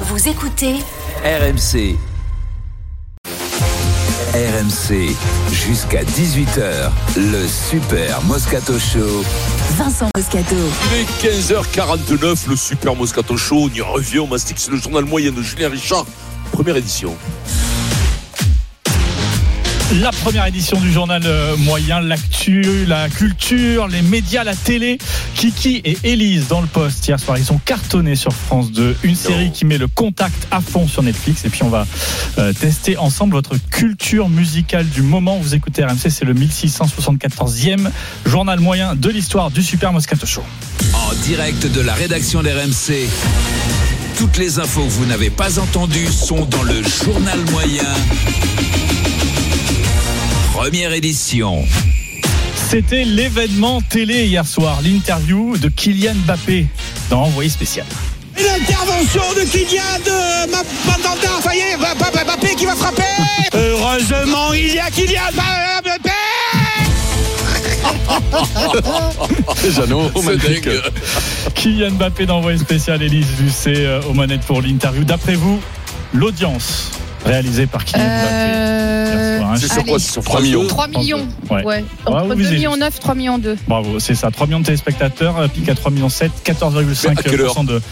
Vous écoutez RMC. RMC, jusqu'à 18h, le Super Moscato Show. Vincent Moscato. Il est 15h49, le Super Moscato Show. On y revient, on mastique. C'est le journal moyen de Julien Richard, première édition. La première édition du journal euh, moyen, l'actu, la culture, les médias, la télé. Kiki et Élise dans le poste hier soir, ils ont cartonné sur France 2, une série qui met le contact à fond sur Netflix. Et puis on va euh, tester ensemble votre culture musicale du moment. Vous écoutez RMC, c'est le 1674e journal moyen de l'histoire du Super Moscato Show. En direct de la rédaction d'RMC. Toutes les infos que vous n'avez pas entendues sont dans le journal moyen. Première édition. C'était l'événement télé hier soir, l'interview de Kylian Mbappé dans Envoyé spécial. Et L'intervention de Kylian de Ma- Mandanda, ça y est, Mba- Mba- Mbappé qui va frapper Heureusement, il y a Kylian Mba- Mbappé Jeannot, magnifique. Kylian Mbappé d'envoyé spécial, Élise Lucet euh, aux manettes pour l'interview. D'après vous, l'audience réalisée par Kylian Mbappé hier Euh, soir, hein. C'est sur Allez. quoi C'est sur 3 millions. 3 millions. Ouais. Ouais. Ouais, vous Entre 2 visez millions 9, 3 millions 2. Bravo, c'est ça. 3 millions de téléspectateurs, euh, pic à 3 millions 7, Mais à quelle heure 14,5% de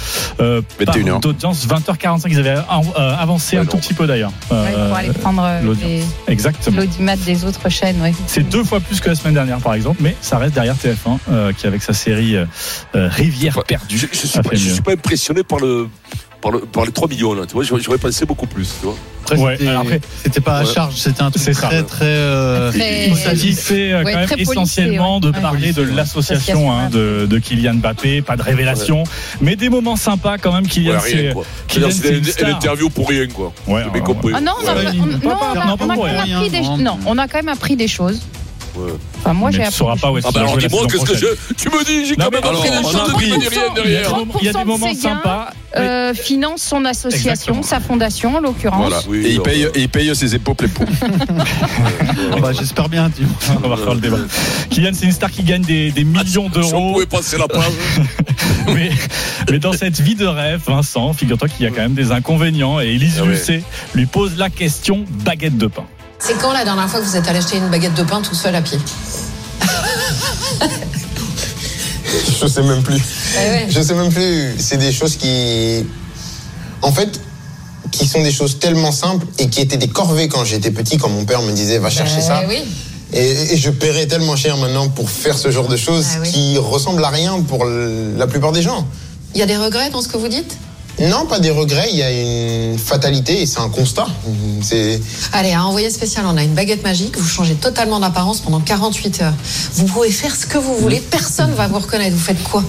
euh, part 21 heures. d'audience, 20h45. Ils avaient euh, avancé Ouais, un non. tout petit peu d'ailleurs. Euh, pour aller prendre euh, l'audience. les- exactement. l'audimat des autres chaînes. Ouais. C'est deux fois plus que la semaine dernière, par exemple, mais ça reste derrière TF1, euh, qui avec sa série euh, euh, Rivière Enfin, perdue. Je, je suis a pas, fait je mieux. suis pas impressionné par le. Par, le, par les 3 millions là, tu vois, j'aurais j'aurais pensé beaucoup plus, tu vois. Après, Ouais, c'était- alors après- c'était pas à Ouais. charge, c'était un truc C'est très, ça. très, euh, Très- Il s'agissait euh, Ouais, quand très même policé, essentiellement ouais. de Ouais. parler de l'association Association, hein, ouais. de, de Kylian Mbappé, pas de révélation, mais des moments sympas quand même. Kylian, Ouais, c'est rien quoi. Kylian, C'est-à-dire, c'est une C'est star. une interview pour rien quoi. Ouais, Mais ouais, qu'on peut- Ah non, on a, Ouais, on- il- non, pas- on a- non, on pas a pour quand même rien, appris des non. choses. Non, on a quand même appris des choses. Ouais. Enfin, moi, Mais j'ai tu appris. sauras des pas où choses. est-ce Ah qu'il bah va alors jouer la dis-moi saison qu'est-ce que prochaine. je. Tu me dis, j'ai Non, quand mais même appris on- des on a choses, appris. tu me dis rien Il y a des derrière. moments- il y a des 30% moments de ses gains. sympas. Euh, finance son association, Exactement. sa fondation en l'occurrence. Oui, Et il alors, paye, euh, et il paye ses épaules les poux. Ah bah, J'espère bien, tu vois. Euh. On va refaire le débat. Kylian, c'est une star qui gagne des, des millions Si on d'euros. pouvait passer la page. mais, mais dans cette vie de rêve, Vincent, figure-toi qu'il y a quand même des inconvénients. Et Élise Ah ouais. Lucet lui pose la question baguette de pain. C'est quand la dernière fois que vous êtes allé acheter une baguette de pain tout seul à pied Je sais même plus. Eh ouais. Je sais même plus. C'est des choses qui. En fait, qui sont des choses tellement simples et qui étaient des corvées quand j'étais petit, quand mon père me disait va chercher Eh ça. oui. Et, et je paierais tellement cher maintenant pour faire ce genre de choses Ah oui. qui ressemblent à rien pour l- la plupart des gens. Il y a des regrets dans ce que vous dites Non, pas des regrets, il y a une fatalité et c'est un constat. C'est. Allez, à envoyer spécial, on a une baguette magique, vous changez totalement d'apparence pendant 48 heures. Vous pouvez faire ce que vous voulez, personne va vous reconnaître. Vous faites quoi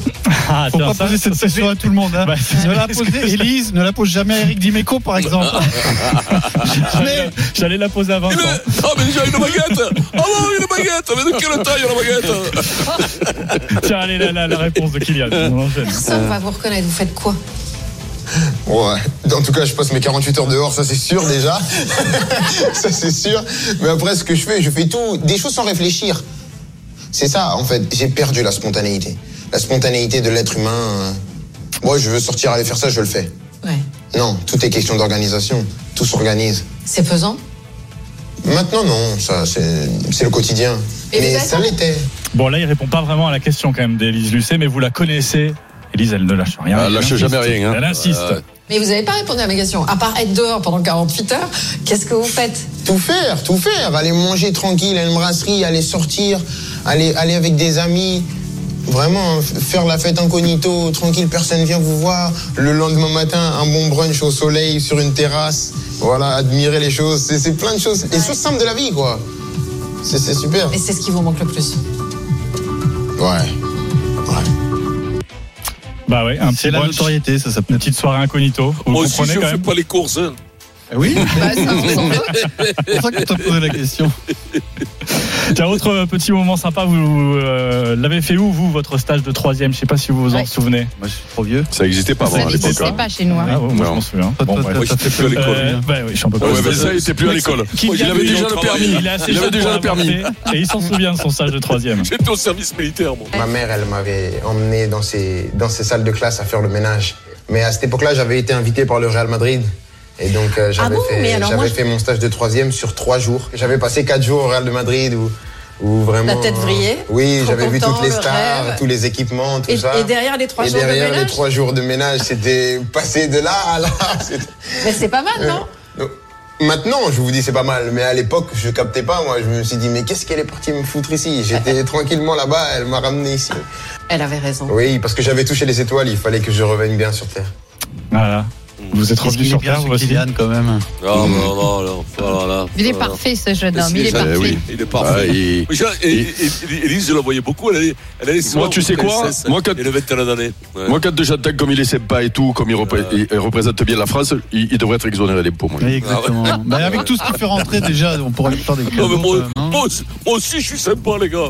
Ah, Faut tiens, pas ça, poser cette ça, c'est- question à tout le monde. hein. Bah, c'est- ne la est-ce que posez, ça- Élise, ne la pose jamais à Eric Dimeco, par exemple. J'allais- J'allais la poser à Et le- Eh Vincent. Ah mais déjà une baguette Ah bon, une baguette Mais de quelle taille la baguette ben- Tiens, allez, la, la- la réponse de Kylian. On enchaîne. Personne va vous reconnaître. Vous faites quoi Ouais. En tout cas, je passe mes 48 heures dehors, ça c'est sûr déjà. ça c'est sûr. Mais après, ce que je fais, je fais tout, des choses sans réfléchir. C'est ça, en fait. J'ai perdu la spontanéité. La spontanéité de l'être humain. euh, Moi, je veux sortir, aller faire ça, je le fais. Ouais. Non, tout est question d'organisation. Tout s'organise. C'est pesant Maintenant, non, ça, c'est c'est le quotidien. Et Mais les ça l'était. Bon, là, il répond pas vraiment à la question quand même d'Élise Lucet, mais vous la connaissez. Élise, elle ne lâche rien. Elle lâche insiste. jamais rien, hein. Elle insiste. Euh, Mais vous n'avez pas répondu à ma question. À part être dehors pendant 48 heures, qu'est-ce que vous faites Tout faire, tout faire. Aller manger tranquille à une brasserie, aller sortir, aller, aller avec des amis. Vraiment, hein, f- faire la fête incognito, tranquille, personne vient vous voir. Le lendemain matin, un bon brunch au soleil, sur une terrasse. Voilà, admirer les choses. C'est- C'est plein de choses. Les choses simples de la vie, quoi. C'est c'est super. Et c'est ce qui vous manque le plus. Ouais. Ouais. Bah ouais, un petit C'est la brunch, notoriété, ça une s'appelle. petite soirée incognito. Vous Moi aussi, comprenez je quand fais même pas les courses. hein. Oui, Bah, ça, on s'en doute. c'est pour ça qu'on t'a posé la question. Tiens, autre euh, petit moment sympa, vous euh, l'avez fait où, vous, votre stage de troisième Je sais pas si vous vous en Ouais. souvenez. Moi, je suis trop vieux. Ça n'existait pas avant Ça à l'époque. n'existait hein. pas chez nous. hein. Ah, ouais, moi, je Non. m'en souviens. Toi, Bon, toi, bref. toi, t'as je suis fait plus à peur. l'école. Euh, bah oui, je suis un peu Ouais, pas mais ça, il était plus à l'école. Kylian Il avait Mbappé, déjà il le travaille. permis. Il, est assez Il jeune avait déjà le pour l'avoir permis. fait, Et il s'en souvient de son stage de troisième. J'étais au service militaire, moi. Ma mère, elle m'avait emmené dans ces, dans ces salles de classe à faire le ménage. Mais à cette époque-là, j'avais été invité par le Real Madrid. Et donc, euh, j'avais Ah bon Mais fait, alors, j'avais moi, je- fait mon stage de troisième sur trois jours. J'avais passé quatre jours au Real de Madrid où, où vraiment. La tête vrillée, Oui, trop j'avais vu content, toutes les le stars, rêve. tous les équipements, tout Et, ça. et derrière les trois Et jours de derrière les ménage trois jours de ménage, c'était passé de là à là. C'était- Mais c'est pas Euh. mal, non donc, Maintenant, je vous dis c'est pas mal, mais à l'époque, je captais pas. Moi, je me suis dit, mais qu'est-ce qu'elle est partie me foutre ici J'étais tranquillement là-bas, elle m'a ramené ici. Elle avait raison. Oui, parce que j'avais touché les étoiles, il fallait que je revienne bien sur Terre. Voilà. Vous êtes Qu'est-ce revenu qu'il est sur bien, Terre, ce vous aussi. Kylian, quand même. Non, non, non, non, voilà. Il est voilà. parfait ce jeune Mais homme, c'est il est ça, eh parfait. Euh, oui. Il est parfait. il- Mais je- et- et- et- Élise, je la voyais beaucoup. Elle allait, elle allait souvent tu sais au quoi TSS. Moi, quand- Elle avait 21 années. Ouais. Moi, quand j'attaque comme il est sympa et tout, comme il, repré- il- il représente bien la France, il, il devrait être exonéré des pots, moi. Oui, exactement. Bah, avec tout ce qui fait rentrer, déjà, on pourra lui faire des Non, mais euh, cadeaux, moi, quand même, hein. moi aussi, moi aussi, je suis sympa, les gars.